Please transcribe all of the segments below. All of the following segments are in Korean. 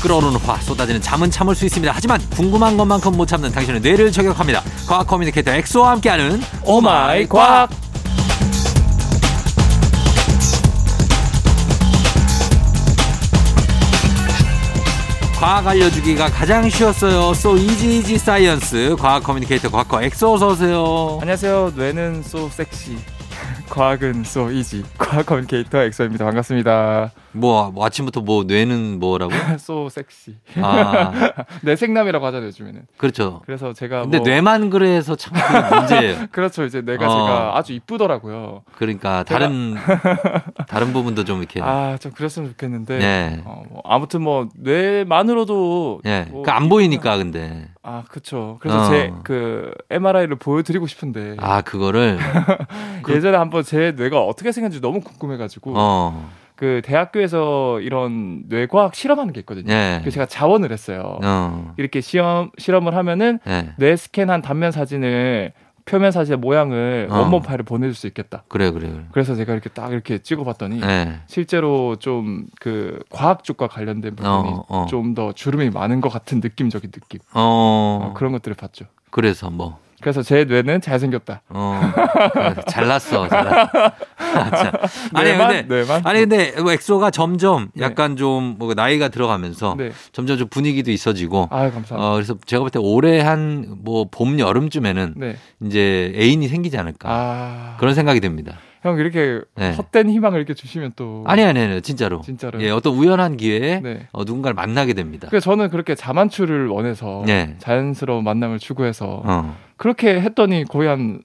끓어오르는 화 쏟아지는 잠은 참을 수 있습니다. 하지만 궁금한 것만큼 못 참는 당신의 뇌를 저격합니다. 과학 커뮤니케이터 엑소와 함께하는 오마이 과학. 과학 알려주기가 가장 쉬웠어요. So easy easy science. 과학 커뮤니케이터 과학과 엑소 어서 오세요. 안녕하세요. 뇌는 소 섹시. 과학은 소 이지. 과학 커뮤니케이터 엑소입니다. 반갑습니다. 뭐, 뭐 아침부터 뭐 뇌는 뭐라고? 소 섹시. 아 뇌 생남이라고 하잖아요, 요즘에는. 그렇죠. 그래서 제가 근데 뭐 뇌만 그래서 참 그게 문제예요. 그렇죠. 이제 뇌가 어. 제가 아주 이쁘더라고요. 그러니까 다른 다른 부분도 좀 이렇게 아, 좀 그랬으면 좋겠는데. 예. 네. 어, 뭐 아무튼 뭐 뇌만으로도 예. 뭐 그안 보이니까 근데 아, 그쵸. 그래서 어. 제 그 MRI를 보여드리고 싶은데 아 그거를 그- 예전에 한번 제 뇌가 어떻게 생겼는지 너무 궁금해가지고 어. 그 대학교에서 이런 뇌과학 실험하는 게 있거든요. 예. 그래서 제가 자원을 했어요. 어. 이렇게 시험 실험을 하면은 예. 뇌 스캔한 단면 사진을 표면 사진의 모양을 어. 원본 파일로 보내줄 수 있겠다. 그래 그래. 그래. 그래서 제가 이렇게 딱 이렇게 찍어봤더니 예. 실제로 좀 그 과학 쪽과 관련된 부분이 어, 어. 좀 더 주름이 많은 것 같은 느낌적인 느낌 어. 어, 그런 것들을 봤죠. 그래서 뭐 그래서 제 뇌는 잘생겼다. 어. 그래, 잘났어. 잘났어. 아, 참. 아니 뇌만 근데 뇌만 아니 근데 뭐 엑소가 점점 네. 약간 좀뭐 나이가 들어가면서 네. 점점 좀 분위기도 있어지고 아 감사합니다. 어 그래서 제가 볼 때 올해 한 뭐 봄 여름쯤에는 네. 이제 애인이 생기지 않을까 아. 그러니까. 그런 생각이 듭니다. 형 이렇게 네. 헛된 희망을 이렇게 주시면 또 아니 아니 아니 진짜로. 진짜로. 예, 어떤 우연한 기회에 네. 어, 누군가를 만나게 됩니다. 그 저는 그렇게 자만추를 원해서 예. 자연스러운 만남을 추구해서 어. 그렇게 했더니 거의 한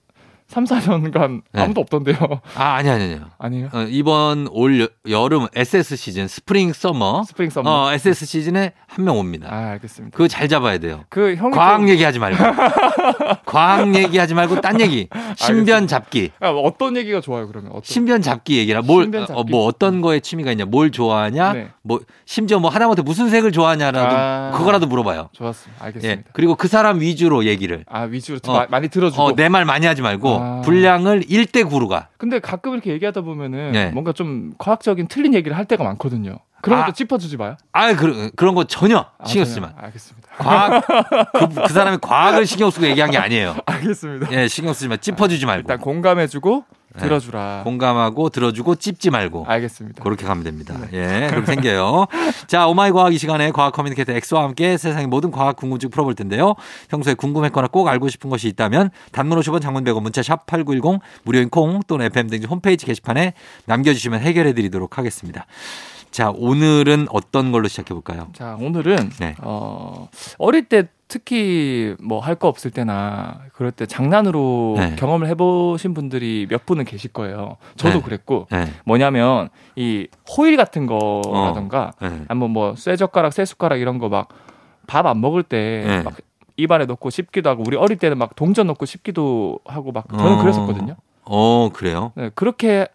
3, 4년간 네. 아무도 없던데요. 아 아니 아니 아니요. 아니에요? 어, 이번 올 여, 여름 SS 시즌 스프링 서머 스프링 썸머. 어, SS 시즌에 한 명 옵니다. 아, 알겠습니다. 그거 잘 잡아야 돼요. 그 형이 과학 좀- 얘기하지 말고 과학 얘기하지 말고 딴 얘기 신변 잡기 아, 어떤 얘기가 좋아요, 그러면? 어떤 신변 잡기 얘기라 뭘 신변 어, 잡기. 뭐 어떤 거에 취미가 있냐 뭘 좋아하냐 네. 뭐 심지어 뭐 하다못해 무슨 색을 좋아하냐라도 아. 그거라도 물어봐요 좋았습니다. 예 알겠습니다. 그리고 그 사람 위주로 얘기를 아, 위주로 어. 마- 많이 들어 주고. 어, 내 말 많이 하지 말고 아. 분량을 1대 9로 가. 근데 가끔 이렇게 얘기하다 보면은 네. 뭔가 좀 과학적인 틀린 얘기를 할 때가 많거든요. 그런 아. 것도 짚어 주지 마요. 아, 그, 그런 거 전혀 아, 신경 저는- 쓰지 마. 알겠습니다. 과학 그, 그 사람이 과학을 신경 쓰고 얘기한 게 아니에요. 알겠습니다. 예, 신경 쓰지 마. 찝어주지 말고. 일단 공감해 주고 네. 들어 주라. 공감하고 들어주고 찝지 말고. 아, 알겠습니다. 그렇게 가면 됩니다. 네. 예, 그럼 생겨요. 자, 오마이 과학 이 시간에 과학 커뮤니케이터 엑소와 함께 세상의 모든 과학 궁금증 풀어볼 텐데요. 평소에 궁금했거나 꼭 알고 싶은 것이 있다면 단문 50원 장문 100원 문자 샵 8910 무료인 콩 또는 FM 등 홈페이지 게시판에 남겨주시면 해결해 드리도록 하겠습니다. 자, 오늘은 어떤 걸로 시작해 볼까요? 자, 오늘은 네. 어, 어릴 때 특히 뭐 할 거 없을 때나 그럴 때 장난으로 네. 경험을 해보신 분들이 몇 분은 계실 거예요. 저도 네. 그랬고 예. 뭐냐면 이 호일 같은 거라던가 예. 한번 뭐 쇠젓가락, 쇠숟가락 이런 거 막 밥 안 먹을 때 네. 막 입안에 넣고 씹기도 하고 우리 어릴 때는 막 동전 넣고 씹기도 하고 막 저는 어. 그랬었거든요. 어, 그래요? 네, 그렇게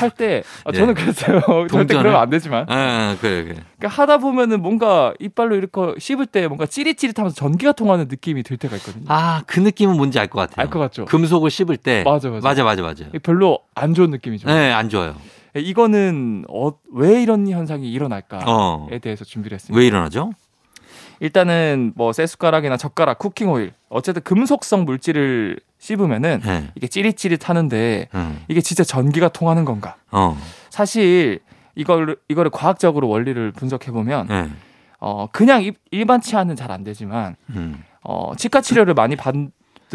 할 때 아, 예. 저는 그랬어요. 절대 동전을? 그러면 안 되지만 아, 그래, 그래. 그러니까 하다 보면은 뭔가 이빨로 이렇게 씹을 때 뭔가 찌릿찌릿하면서 전기가 통하는 느낌이 들 때가 있거든요. 아, 그 느낌은 뭔지 알 것 같아요. 알 것 같죠? 금속을 씹을 때. 맞아, 맞아. 맞아, 맞아, 맞아. 별로 안 좋은 느낌이죠. 예, 네, 안 좋아요. 이거는 어, 왜 이런 현상이 일어날까에 어. 대해서 준비를 했습니다. 왜 일어나죠? 일단은 뭐 쇠숟가락이나 젓가락, 쿠킹 오일, 어쨌든 금속성 물질을 씹으면은 네. 이게 찌릿찌릿하는데 음, 이게 진짜 전기가 통하는 건가? 어. 사실 이걸 이거를 과학적으로 원리를 분석해 보면 네. 어 그냥 일- 일반 치아는 잘 안 되지만 음. 어, 치과 치료를 많이 받은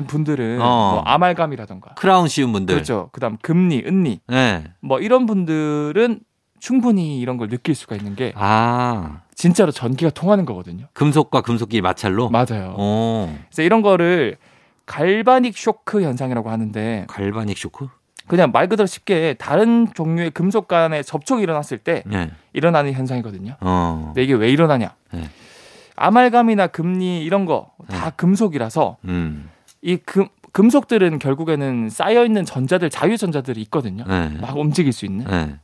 분들은 어. 네. 뭐 아말감이라던가 크라운 씌운 분들. 그렇죠. 그다음 금니, 은니 네. 뭐 이런 분들은 충분히 이런 걸 느낄 수가 있는 게 아, 진짜로 전기가 통하는 거거든요. 금속과 금속끼리 마찰로? 맞아요. 오, 그래서 이런 거를 갈바닉 쇼크 현상이라고 하는데 갈바닉 쇼크? 그냥 말 그대로 쉽게 다른 종류의 금속 간의 접촉이 일어났을 때 네. 일어나는 현상이거든요. 어. 근데 이게 왜 일어나냐? 네. 아말감이나 금니 이런 거 다 금속이라서 음. 이 금, 금속들은 결국에는 쌓여있는 전자들, 자유전자들이 있거든요. 네. 막 움직일 수 있는. 네.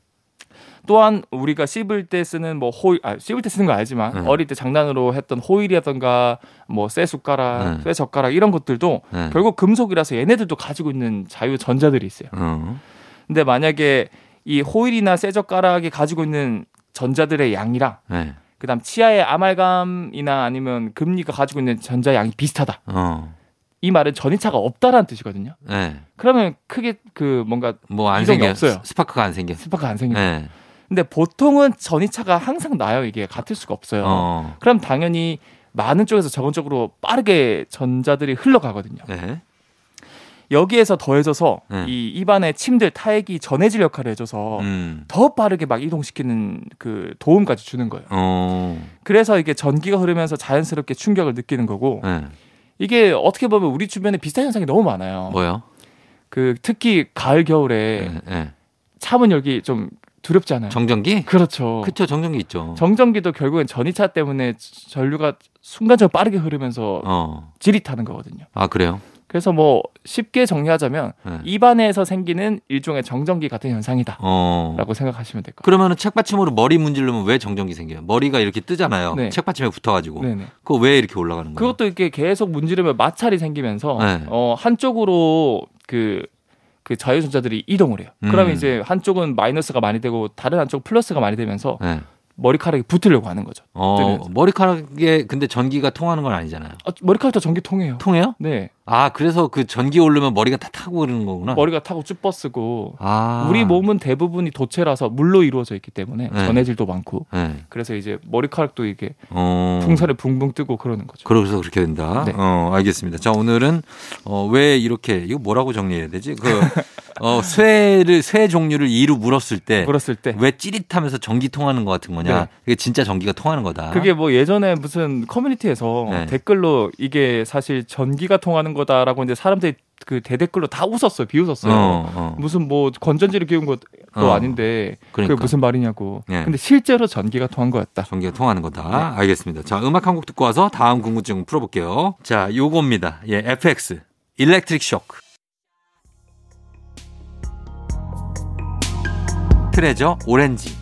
또한 우리가 씹을 때 쓰는 뭐 호일, 아, 씹을 때 쓰는 건 알지만 네. 어릴 때 장난으로 했던 호일이라던가 뭐 쇠숟가락, 네. 쇠젓가락 이런 것들도 네. 결국 금속이라서 얘네들도 가지고 있는 자유전자들이 있어요. 어. 근데 만약에 이 호일이나 쇠젓가락이 가지고 있는 전자들의 양이랑 네. 그다음 치아의 아말감이나 아니면 금리가 가지고 있는 전자 양이 비슷하다. 어. 이 말은 전이차가 없다라는 뜻이거든요. 네. 그러면 크게 그 뭔가 뭐 안 이동이 생겨. 없어요. 스파크가 안 생겨. 스파크가 안 생겨. 네. 근데 보통은 전이차가 항상 나요. 이게 같을 수가 없어요. 어. 그럼 당연히 많은 쪽에서 적은 쪽으로 빠르게 전자들이 흘러가거든요. 네. 여기에서 더해져서 네. 이 입안의 침들 타액이 전해질 역할을 해줘서 음. 더 빠르게 막 이동시키는 그 도움까지 주는 거예요. 어. 그래서 이게 전기가 흐르면서 자연스럽게 충격을 느끼는 거고 네. 이게 어떻게 보면 우리 주변에 비슷한 현상이 너무 많아요. 뭐요? 그 특히 가을 겨울에 네. 네. 차 문 열기 좀 두렵잖아요. 정전기? 그렇죠. 그쵸 정전기 있죠. 네. 정전기도 결국엔 전이차 때문에 전류가 순간적으로 빠르게 흐르면서 어. 지릿하는 거거든요. 아 그래요? 그래서 뭐 쉽게 정리하자면 네. 입안에서 생기는 일종의 정전기 같은 현상이다라고 어. 생각하시면 될 것 그러면은 책받침으로 머리 문지르면 왜 정전기 생겨요? 머리가 이렇게 뜨잖아요. 네. 책받침에 붙어가지고. 같아요. 네네. 그거 왜 이렇게 올라가는 거예요? 그것도 이렇게 계속 문지르면 마찰이 생기면서 네. 어, 한쪽으로 그, 그 자유전자들이 이동을 해요. 그러면 음. 이제 한쪽은 마이너스가 많이 되고 다른 한쪽 플러스가 많이 되면서 네. 머리카락이 붙으려고 하는 거죠. 어, 뜨면서. 머리카락에 근데 전기가 통하는 건 아니잖아요. 아, 머리카락도 전기 통해요. 통해요? 네. 아, 그래서 그 전기 오르면 머리가 다 타고 그러는 거구나. 머리가 타고 쭈뻗쓰고 아. 우리 몸은 대부분이 도체라서 물로 이루어져 있기 때문에 네. 전해질도 많고 네. 그래서 이제 머리카락도 이게 어. 풍선에 붕붕 뜨고 그러는 거죠. 그래서 그렇게 된다. 네. 어, 알겠습니다. 자, 오늘은 어, 왜 이렇게 이거 뭐라고 정리해야 되지? 그 어, 쇠를 쇠 종류를 이로 물었을 때 물었을 때 왜 찌릿하면서 전기 통하는 것 같은 거냐? 네. 그게 진짜 전기가 통하는 거다. 그게 뭐 예전에 무슨 커뮤니티에서 네. 댓글로 이게 사실 전기가 통하는 거다라고 이제 사람들이 그 대댓글로 다 웃었어요. 비웃었어요. 어, 어. 무슨 뭐 건전지를 끼운 것도 어. 아닌데 그러니까. 그게 무슨 말이냐고. 예. 근데 실제로 전기가 통한 거였다. 전기가 통하는 거다. 네. 알겠습니다. 자, 음악 한 곡 듣고 와서 다음 궁금증 풀어볼게요. 자, 요겁니다. 예, FX. 일렉트릭 쇼크. 트레저 오렌지.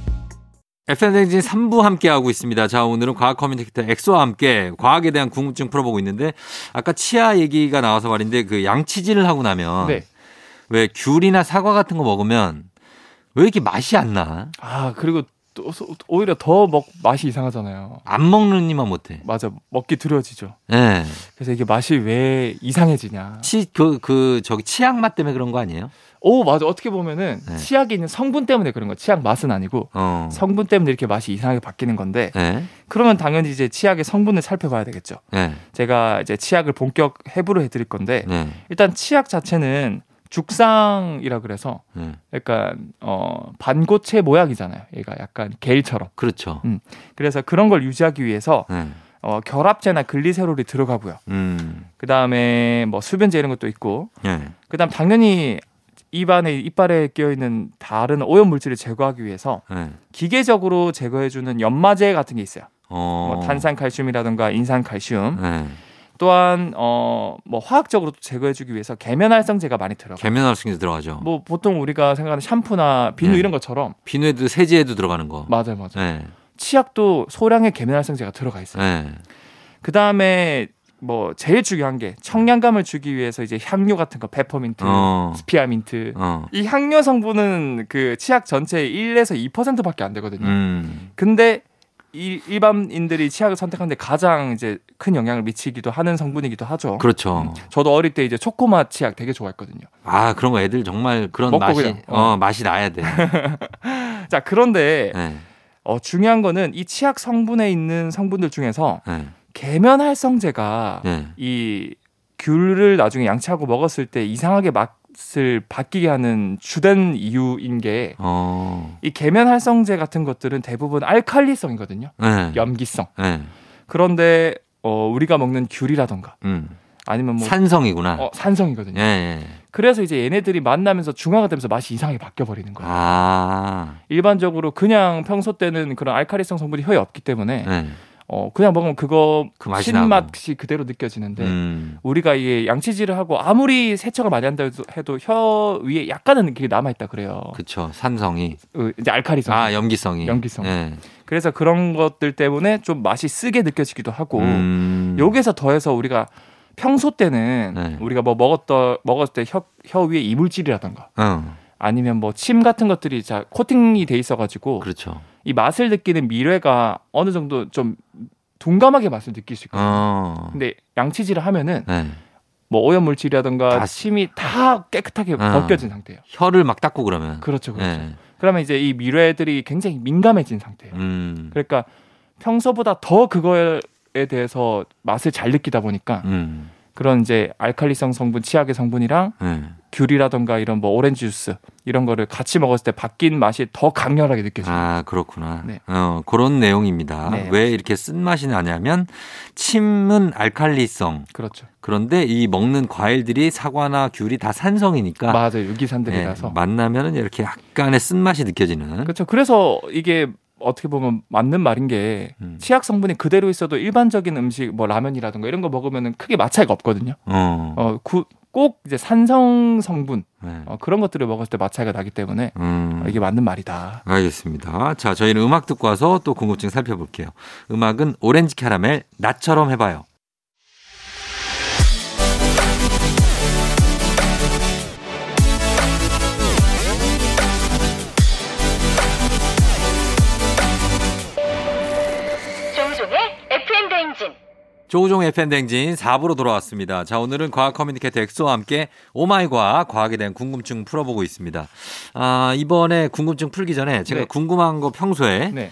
FM 댕진 3부 함께하고 있습니다. 자, 오늘은 과학 커뮤니케이터 엑소와 함께 과학에 대한 궁금증 풀어보고 있는데, 아까 치아 얘기가 나와서 말인데, 그 양치질을 하고 나면, 네. 왜 귤이나 사과 같은 거 먹으면, 왜 이렇게 맛이 안 나? 아 그리고 또 소- 오히려 더 먹 맛이 이상하잖아요. 안 먹는 이만 못해. 맞아 먹기 두려워지죠. 예. 그래서 이게 맛이 왜 이상해지냐. 치, 그, 그, 저기 치약 맛 때문에 그런 거 아니에요? 오 맞아 어떻게 보면은 네. 치약에 있는 성분 때문에 그런 거. 치약 맛은 아니고 어. 성분 때문에 이렇게 맛이 이상하게 바뀌는 건데 예. 그러면 당연히 이제 치약의 성분을 살펴봐야 되겠죠. 예. 제가 이제 치약을 본격 해부를 해드릴 건데 예. 일단 치약 자체는 죽상이라 그래서 예. 약간 어 반고체 모양이잖아요. 얘가 약간 게일처럼. 그렇죠. 그래서 그런 걸 유지하기 위해서 예. 어 결합제나 글리세롤이 들어가고요. 음. 그 다음에 뭐 수변제 이런 것도 있고 예. 그 다음 당연히 입안에 이빨에 끼어 있는 다른 오염 물질을 제거하기 위해서 예. 기계적으로 제거해주는 연마제 같은 게 있어요. 어. 뭐 탄산 칼슘이라든가 인산 칼슘 예. 또한 어뭐 화학적으로 제거해주기 위해서 계면활성제가 많이 들어가. 계면활성제 들어가죠. 뭐 보통 우리가 생각하는 샴푸나 비누 네. 이런 것처럼 비누에도 세제에도 들어가는 거. 맞아요, 맞아요. 예. 치약도 소량의 계면활성제가 들어가 있어요. 예. 그 다음에 뭐 제일 중요한 게 청량감을 주기 위해서 이제 향료 같은 거 페퍼민트, 어. 스피아민트. 어. 이 향료 성분은 그 치약 전체의 1에서 2%밖에 안 되거든요. 음. 근데 일, 일반인들이 치약을 선택하는데 가장 이제 큰 영향을 미치기도 하는 성분이기도 하죠. 그렇죠. 저도 어릴 때 이제 초코맛 치약 되게 좋아했거든요. 아, 그런 거 애들 정말 그런 먹고 맛이, 그냥, 어. 어. 맛이 나야 돼. 자, 그런데 예. 어, 중요한 거는 이 치약 성분에 있는 성분들 중에서 예. 계면활성제가 예. 이 귤을 나중에 양치하고 먹었을 때 이상하게 맛을 바뀌게 하는 주된 이유인 게 이 어. 계면활성제 같은 것들은 대부분 알칼리성이거든요. 예. 염기성. 예. 그런데 어, 우리가 먹는 귤이라던가 음. 아니면 뭐 산성이구나. 어, 산성이거든요. 예. 예. 그래서 이제 얘네들이 만나면서 중화가 되면서 맛이 이상하게 바뀌어 버리는 거예요. 아. 일반적으로 그냥 평소 때는 그런 알칼리성 성분이 혀에 없기 때문에 예. 어, 그냥 먹으면 그거 그 맛이 나고. 신맛이 그대로 느껴지는데 음. 우리가 이게 양치질을 하고 아무리 세척을 많이 한다 해도- 해도 혀 위에 약간은 그게 남아 있다 그래요. 그쵸 산성이 어, 이제 알칼리성. 아 염기성이 염기성. 예. 그래서 그런 것들 때문에 좀 맛이 쓰게 느껴지기도 하고 음. 여기서 더해서 우리가 평소 때는 네. 우리가 뭐 먹었던 먹었을 때 혀 혀 위에 이물질이라던가 어. 아니면 뭐 침 같은 것들이 자 코팅이 돼 있어가지고 그렇죠. 이 맛을 느끼는 미뢰가 어느 정도 좀 둔감하게 맛을 느낄 수 있거든요. 어. 근데 양치질을 하면은 네. 뭐 오염 물질이라든가 다 침이 다 깨끗하게 벗겨진 상태예요. 혀를 막 닦고 그러면. 그렇죠, 그렇죠. 네. 그러면 이제 이 미뢰들이 굉장히 민감해진 상태예요. 음. 그러니까 평소보다 더 그거에 대해서 맛을 잘 느끼다 보니까 음. 그런 이제 알칼리성 성분, 치약의 성분이랑 네. 귤이라던가 이런 뭐 오렌지 주스 이런 거를 같이 먹었을 때 바뀐 맛이 더 강렬하게 느껴져요. 아, 그렇구나. 네. 어, 그런 내용입니다. 네, 왜 이렇게 쓴맛이 나냐면 침은 알칼리성. 그렇죠. 그런데 이 먹는 과일들이 사과나 귤이 다 산성이니까 맞아요. 유기산들이라서. 네, 만나면은 이렇게 약간의 쓴맛이 느껴지는. 그렇죠. 그래서 이게 어떻게 보면 맞는 말인 게 음. 치약 성분이 그대로 있어도 일반적인 음식 뭐 라면이라든가 이런 거 먹으면 크게 맛 차이가 없거든요. 어. 어, 구- 꼭 이제 산성 성분 네. 어, 그런 것들을 먹었을 때 맛 차이가 나기 때문에 음. 어, 이게 맞는 말이다. 알겠습니다. 자, 저희는 음악 듣고 와서 또 궁금증 살펴볼게요. 음악은 오렌지 캐러멜 나처럼 해봐요. 조우종의 FM 대행진. 조우종 FM 댕진 4부로 돌아왔습니다. 자, 오늘은 과학 커뮤니케이터 엑소와 함께 오마이 과학, 과학에 대한 궁금증 풀어보고 있습니다. 아, 이번에 궁금증 풀기 전에 제가 네. 궁금한 거 평소에 네.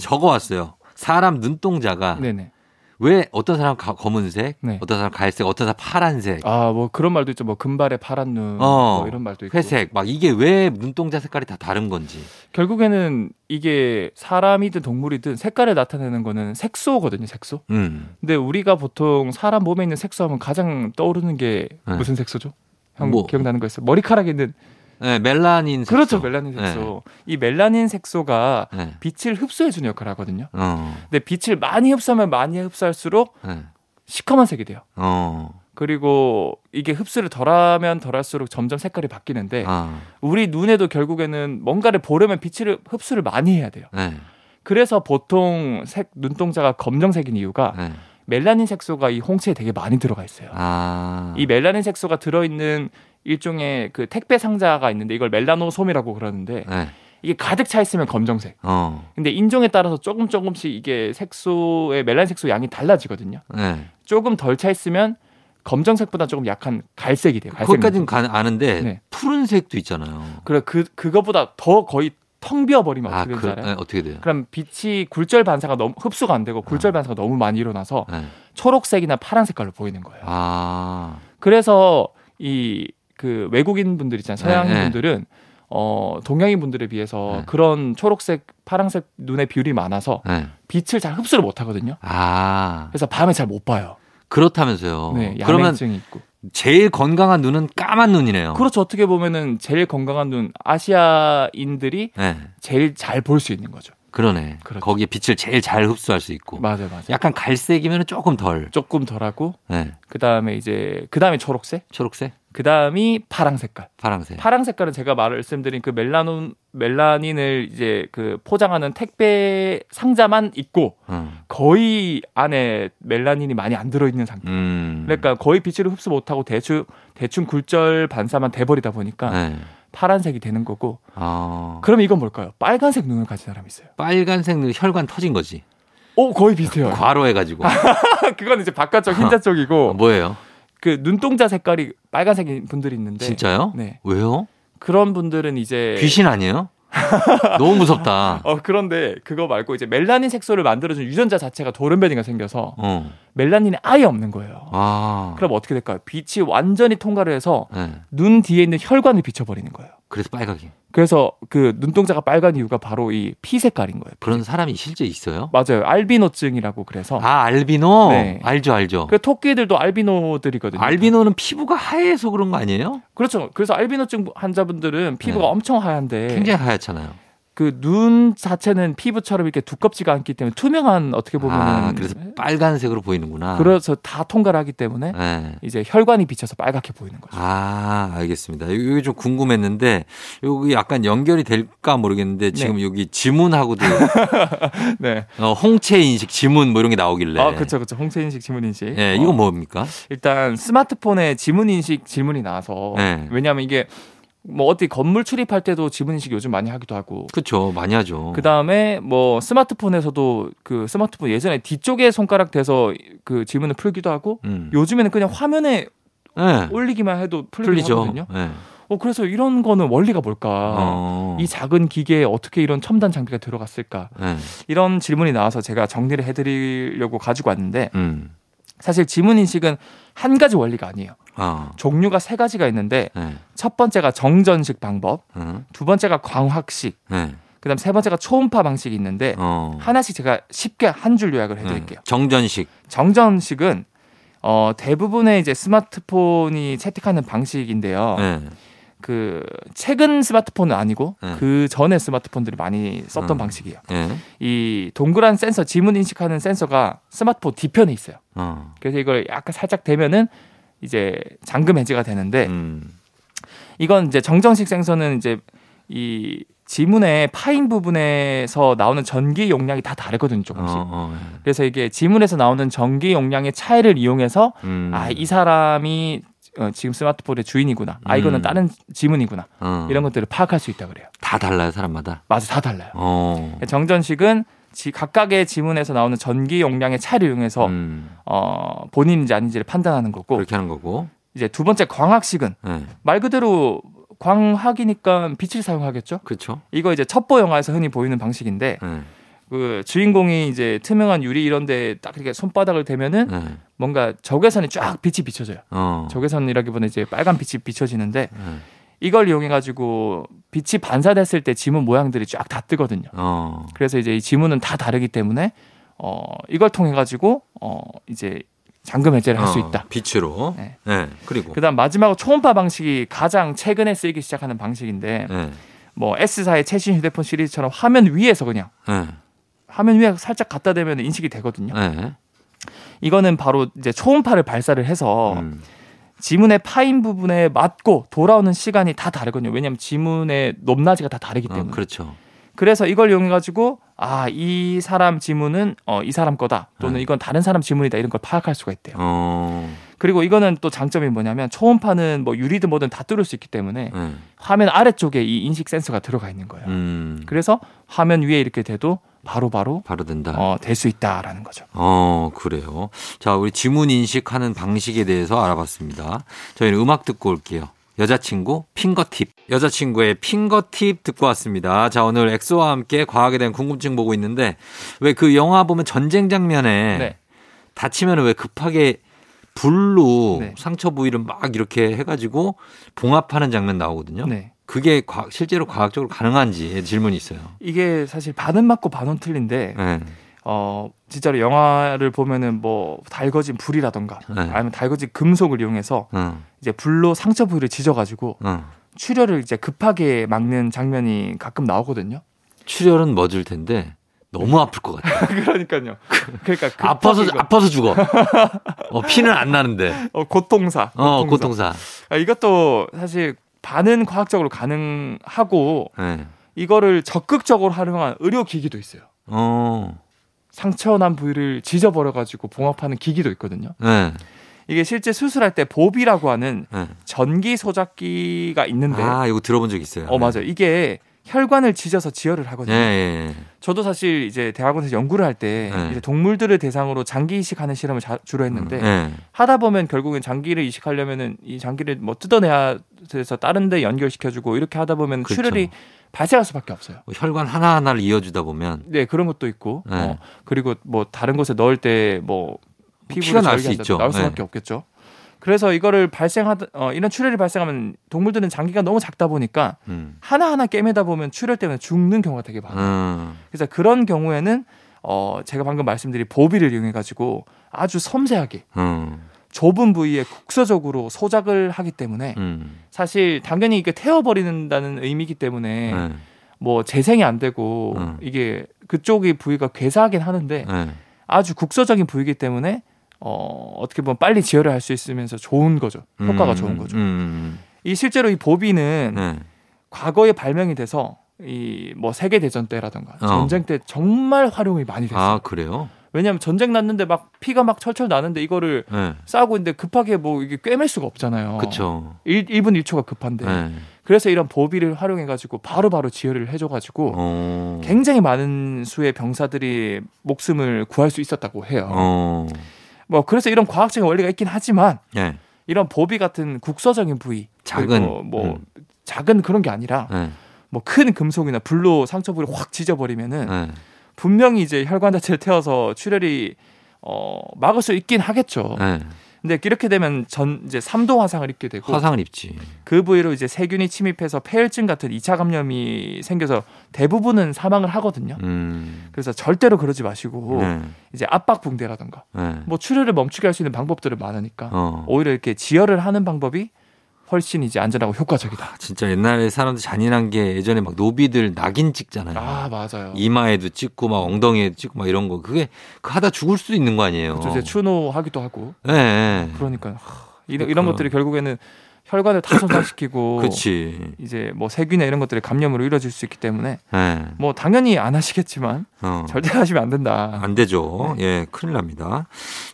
적어왔어요. 사람 눈동자가 네네. 왜 어떤 사람 가- 검은색, 네. 어떤 사람 갈색, 어떤 사람 파란색, 아, 뭐 그런 말도 있죠. 뭐 금발의 파란 눈, 어, 뭐 이런 말도 있고. 회색, 막 이게 왜 눈동자 색깔이 다 다른 건지. 결국에는 이게 사람이든 동물이든 색깔을 나타내는 거는 색소거든요, 색소. 음. 근데 우리가 보통 사람 몸에 있는 색소 하면 가장 떠오르는 게 네. 무슨 색소죠? 형 뭐. 기억나는 거 있어요? 머리카락에 있는 네, 멜라닌 색소. 그렇죠, 멜라닌 색소. 이 멜라닌 색소가 네. 빛을 흡수해 주는 역할을 하거든요. 어. 근데 빛을 많이 흡수하면 많이 흡수할수록 네. 시커먼 색이 돼요. 어. 그리고 이게 흡수를 덜하면 덜할수록 점점 색깔이 바뀌는데 아. 우리 눈에도 결국에는 뭔가를 보려면 빛을 흡수를 많이 해야 돼요. 네. 그래서 보통 색 눈동자가 검정색인 이유가 네. 멜라닌 색소가 이 홍채에 되게 많이 들어가 있어요. 아. 이 멜라닌 색소가 들어있는 일종의 그 택배 상자가 있는데 이걸 멜라노솜이라고 그러는데 네. 이게 가득 차 있으면 검정색. 어. 근데 인종에 따라서 조금 조금씩 이게 색소의 멜라닌 색소 양이 달라지거든요. 네. 조금 덜 차 있으면 검정색보다 조금 약한 갈색이 돼요. 갈색. 거기까지는 가- 아는데 네. 푸른색도 있잖아요. 그래 그 그거보다 더 거의 텅 비어 버리면 아, 어떻게 그 되는지 알아요? 네, 어떻게 돼요? 그럼 빛이 굴절 반사가 너무 흡수가 안 되고 아. 굴절 반사가 너무 많이 일어나서 네. 초록색이나 파란색깔로 보이는 거예요. 아. 그래서 이 그 외국인 분들 있잖아요. 서양인 네, 네. 분들은 어 동양인 분들에 비해서 네. 그런 초록색, 파란색 눈의 비율이 많아서 네. 빛을 잘 흡수를 못 하거든요. 아. 그래서 밤에 잘 못 봐요. 어, 그렇다면서요. 네, 그러면 야맹증이 있고. 제일 건강한 눈은 까만 눈이네요. 그렇죠. 어떻게 보면은 제일 건강한 눈 아시아인들이 네. 제일 잘 볼 수 있는 거죠. 그러네. 그렇죠. 거기에 빛을 제일 잘 흡수할 수 있고. 맞아요, 맞아요. 약간 갈색이면 조금 덜. 조금 덜하고 네. 그다음에 이제 그다음에 초록색, 초록색, 그다음이 파랑 색깔. 파랑색. 네. 파랑 색깔은 제가 말씀드린 그 멜라논 멜라닌을 이제 그 포장하는 택배 상자만 있고 음. 거의 안에 멜라닌이 많이 안 들어 있는 상태. 음. 그러니까 거의 빛을 흡수 못 하고 대충 대충 굴절 반사만 돼 버리다 보니까 네. 파란색이 되는 거고. 어. 그럼 이건 뭘까요? 빨간색 눈을 가진 사람 이 있어요. 빨간색 눈 혈관 터진 거지. 오, 거의 비슷해요. 과로 해가지고. 아, 그건 이제 바깥쪽 흰자 쪽이고 아, 뭐예요? 그 눈동자 색깔이 빨간색인 분들이 있는데 진짜요? 네. 왜요? 그런 분들은 이제 귀신 아니에요? 너무 무섭다. 어 그런데 그거 말고 이제 멜라닌 색소를 만들어준 유전자 자체가 돌연변이가 생겨서 어. 멜라닌이 아예 없는 거예요. 아. 그럼 어떻게 될까요? 빛이 완전히 통과를 해서 네. 눈 뒤에 있는 혈관을 비춰버리는 거예요. 그래서 빨갛게. 그래서 그 눈동자가 빨간 이유가 바로 이 피 색깔인 거예요. 그런 사람이 실제 있어요? 맞아요. 알비노증이라고 그래서 아, 알비노? 어. 네. 알죠, 알죠. 그 토끼들도 알비노들이거든요. 알비노는 피부가 하얘서 그런 거 아니에요? 그렇죠. 그래서 알비노증 환자분들은 피부가 네. 엄청 하얀데 굉장히 하얗잖아요. 그 눈 자체는 피부처럼 이렇게 두껍지가 않기 때문에 투명한 어떻게 보면 아, 그래서 아. 빨간색으로 보이는구나. 네. 그래서 다 통과를 하기 때문에 네. 이제 혈관이 비쳐서 빨갛게 보이는 거죠. 아, 알겠습니다. 이게 좀 궁금했는데, 여기 약간 연결이 될까 모르겠는데, 지금 여기 지문하고도, 네. 어, 홍채 인식 지문 뭐 이런 게 나오길래. 아, 그렇죠. 그렇죠. 홍채 인식 지문 인식. 예, 어, 이건 뭡니까? 일단 스마트폰에 지문 인식 질문이 나와서 네. 왜냐하면 이게 뭐 어디 건물 출입할 때도 지분 인식 요즘 많이 하기도 하고 그렇죠. 많이 하죠. 그 다음에 뭐 스마트폰에서도 그 스마트폰 예전에 뒤쪽에 손가락 대서 그 지문을 풀기도 하고 음. 요즘에는 그냥 화면에 네. 올리기만 해도 풀리긴 풀리죠. 하거든요. 네. 어 그래서 이런 거는 원리가 뭘까? 어. 이 작은 기계에 어떻게 이런 첨단 장비가 들어갔을까? 네. 이런 질문이 나와서 제가 정리를 해드리려고 가지고 왔는데 음. 사실 지문 인식은 한 가지 원리가 아니에요. 아. 종류가 세 가지가 있는데 네. 첫 번째가 정전식 방법, 음. 두 번째가 광학식, 네. 그다음 세 번째가 초음파 방식이 있는데 어. 네. 하나씩 제가 쉽게 한 줄 요약을 해드릴게요. 네. 정전식. 정전식은 어, 대부분의 이제 스마트폰이 채택하는 방식인데요. 네. 그 최근 스마트폰은 아니고 네. 그 전에 스마트폰들이 많이 썼던 음. 방식이에요. 네. 이 동그란 센서 지문 인식하는 센서가 스마트폰 뒤편에 있어요. 어. 그래서 이걸 약간 살짝 대면은 이제 잠금 해제가 되는데 음. 이건 이제 정전식 센서는 이제 이 지문의 파인 부분에서 나오는 전기 용량이 다 다르거든요 어, 조금씩. 어. 네. 그래서 이게 지문에서 나오는 전기 용량의 차이를 이용해서 음. 아 이 사람이 어, 지금 스마트폰의 주인이구나. 아 이거는 음. 다른 지문이구나. 어. 이런 것들을 파악할 수 있다 그래요. 다 달라요 사람마다. 맞아 다 달라요. 어. 정전식은 지- 각각의 지문에서 나오는 전기 용량의 차이를 이용해서 음. 어, 본인인지 아닌지를 판단하는 거고 그렇게 하는 거고. 이제 두 번째 광학식은 네. 말 그대로 광학이니까 빛을 사용하겠죠. 그렇죠. 이거 이제 첩보 영화에서 흔히 보이는 방식인데 네. 그 주인공이 이제 투명한 유리 이런데 딱 이렇게 손바닥을 대면은 네. 뭔가 적외선이 쫙 빛이 비춰져요. 어. 적외선이라기보다 이제 빨간 빛이 비춰지는데 네. 이걸 이용해 가지고 빛이 반사됐을 때 지문 모양들이 쫙 다 뜨거든요. 어. 그래서 이제 이 지문은 다 다르기 때문에 어 이걸 통해 가지고 어 이제 잠금 해제를 할 수 어, 있다. 빛으로. 네. 네. 그리고. 그다음 마지막으로 초음파 방식이 가장 최근에 쓰이기 시작하는 방식인데 네. 뭐 S사의 최신 휴대폰 시리즈처럼 화면 위에서 그냥 네. 화면 위에 살짝 갖다 대면 인식이 되거든요. 네. 이거는 바로 이제 초음파를 발사를 해서 음. 지문의 파인 부분에 맞고 돌아오는 시간이 다 다르거든요. 왜냐하면 지문의 높낮이가 다 다르기 어, 때문에. 그렇죠. 그래서 이걸 이용해 가지고 아 이 사람 지문은 어, 이 사람 거다 또는 네. 이건 다른 사람 지문이다 이런 걸 파악할 수가 있대요. 어. 그리고 이거는 또 장점이 뭐냐면 초음파는 뭐 유리든 뭐든 다 뚫을 수 있기 때문에 네. 화면 아래쪽에 이 인식 센서가 들어가 있는 거예요. 음. 그래서 화면 위에 이렇게 돼도 바로바로 바로 된다. 어, 될 수 있다라는 거죠. 어, 그래요. 자, 우리 지문 인식하는 방식에 대해서 알아봤습니다. 저희는 음악 듣고 올게요. 여자친구 핑거팁. 여자친구의 핑거팁 듣고 왔습니다. 자, 오늘 엑소와 함께 과학에 대한 궁금증 보고 있는데 왜 그 영화 보면 전쟁 장면에 네. 다치면 왜 급하게 불로 네. 상처 부위를 막 이렇게 해가지고 봉합하는 장면 나오거든요. 네. 그게 과- 실제로 과학적으로 가능한지 질문이 있어요. 이게 사실 반은 맞고 반은 틀린데 네. 어 진짜로 영화를 보면은 뭐 달궈진 불이라던가 네. 아니면 달궈진 금속을 이용해서 응, 이제 불로 상처 부위를 지져가지고 응. 출혈을 이제 급하게 막는 장면이 가끔 나오거든요. 출혈은 멎을 텐데 너무 아플 것 같아. 그러니까요. 그러니까 급하게 아파서 이거- 아파서 죽어. 어, 피는 안 나는데. 어, 고통사. 어 고통사. 고통사. 아, 이것도 사실 반은 과학적으로 가능하고 예. 이거를 적극적으로 활용한 의료 기기도 있어요. 어. 상처난 부위를 지져버려 가지고 봉합하는 기기도 있거든요. 예. 이게 실제 수술할 때 보비라고 하는 예. 전기 소작기가 있는데 아 이거 들어본 적 있어요. 어 맞아. 요 이게 혈관을 지져서 지혈을 예. 하거든요. 예. 저도 사실 이제 대학원에서 연구를 할 때 네. 이제 동물들을 대상으로 장기 이식하는 실험을 자- 주로 했는데 예. 예. 하다 보면 결국엔 장기를 이식하려면은 이 장기를 뭐 뜯어내야 돼서 다른 데 연결시켜 주고 이렇게 하다 보면 그렇죠. 출혈이 발생할 수밖에 없어요. 뭐 혈관 하나 하나를 이어주다 보면 네, 그런 것도 있고. 네. 어, 그리고 뭐 다른 곳에 넣을 때 뭐 피부를 피가 날 절개한다- 수 있죠. 나올 수밖에 네. 없겠죠. 그래서 이거를 발생하 어, 이런 출혈이 발생하면 동물들은 장기가 너무 작다 보니까 음. 하나하나 깨매다 보면 출혈 때문에 죽는 경우가 되게 많아요. 음. 그래서 그런 경우에는 어, 제가 방금 말씀드린 보비를 이용해 가지고 아주 섬세하게 음. 좁은 부위에 국소적으로 소작을 하기 때문에 음. 사실 당연히 이게 태워 버리는다는 의미이기 때문에 예. 뭐 재생이 안 되고 음. 이게 그쪽이 부위가 괴사하긴 하는데 예. 아주 국소적인 부위이기 때문에 어, 어떻게 보면 빨리 지혈을 할 수 있으면서 좋은 거죠. 효과가 음, 좋은 거죠. 음. 이 실제로 이 보비는 네. 과거에 발명이 돼서 이 뭐 세계 대전 때라던가 어. 전쟁 때 정말 활용이 많이 됐어요. 아 그래요? 왜냐하면 전쟁 났는데 막 피가 막 철철 나는데 이거를 예. 싸고 있는데 급하게 뭐 이게 꿰맬 수가 없잖아요. 그쵸. 1, 분 1초가 급한데. 예. 그래서 이런 보비를 활용해 가지고 바로바로 지혈을 해줘 가지고 어. 굉장히 많은 수의 병사들이 목숨을 구할 수 있었다고 해요. 어. 뭐 그래서 이런 과학적인 원리가 있긴 하지만 예. 이런 보비 같은 국소적인 부위 작은, 그리고 뭐 음. 작은 그런 게 아니라 예. 뭐 큰 금속이나 불로 상처 부위를 확 지져버리면은 예. 분명히 이제 혈관 자체를 태워서 출혈이 어 막을 수 있긴 하겠죠. 예. 근데 이렇게 되면 전 이제 삼도 화상을 입게 되고 화상을 입지. 그 부위로 이제 세균이 침입해서 폐혈증 같은 이차 감염이 생겨서 대부분은 사망을 하거든요. 음. 그래서 절대로 그러지 마시고 네. 이제 압박 붕대라든가 네. 뭐 출혈을 멈추게 할 수 있는 방법들은 많으니까 어. 오히려 이렇게 지혈을 하는 방법이 훨씬 이제 안전하고 효과적이다. 진짜 옛날에 사람들 잔인한 게 예전에 막 노비들 낙인 찍잖아요. 아 맞아요. 이마에도 찍고 막 엉덩이에도 찍고 막 이런 거 그게 그 하다 죽을 수도 있는 거 아니에요. 그렇죠. 이제 추노하기도 하고 예, 예. 그러니까 하, 이런, 그러니까. 이런 것들이 결국에는 혈관을 다 손상시키고 그렇지. 이제 뭐 세균이나 이런 것들의 감염으로 이루어질 수 있기 때문에 예. 뭐 당연히 안 하시겠지만 어. 절대 하시면 안 된다. 안 되죠. 네. 예, 큰일 납니다.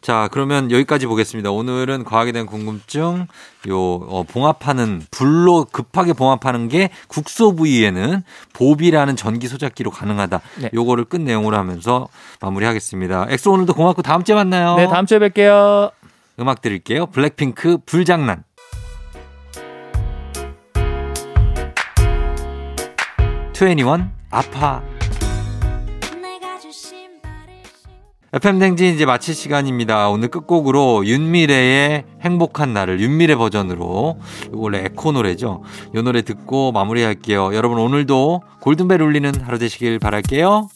자, 그러면 여기까지 보겠습니다. 오늘은 과학에 대한 궁금증, 요, 어, 봉합하는, 불로 급하게 봉합하는 게 국소 부위에는 보비라는 전기 소작기로 가능하다. 네. 요거를 끝 내용으로 하면서 마무리하겠습니다. 엑소 오늘도 고맙고 다음주에 만나요. 네 다음 주에 뵐게요. 음악 드릴게요. 블랙핑크 불장난. 투애니원 아파. 내가 준 신발을 신 FM 댕진 이제 마칠 시간입니다. 오늘 끝곡으로 윤미래의 행복한 나를 윤미래 버전으로 이거 원래 에코 노래죠. 이 노래 듣고 마무리할게요. 여러분 오늘도 골든벨 울리는 하루 되시길 바랄게요.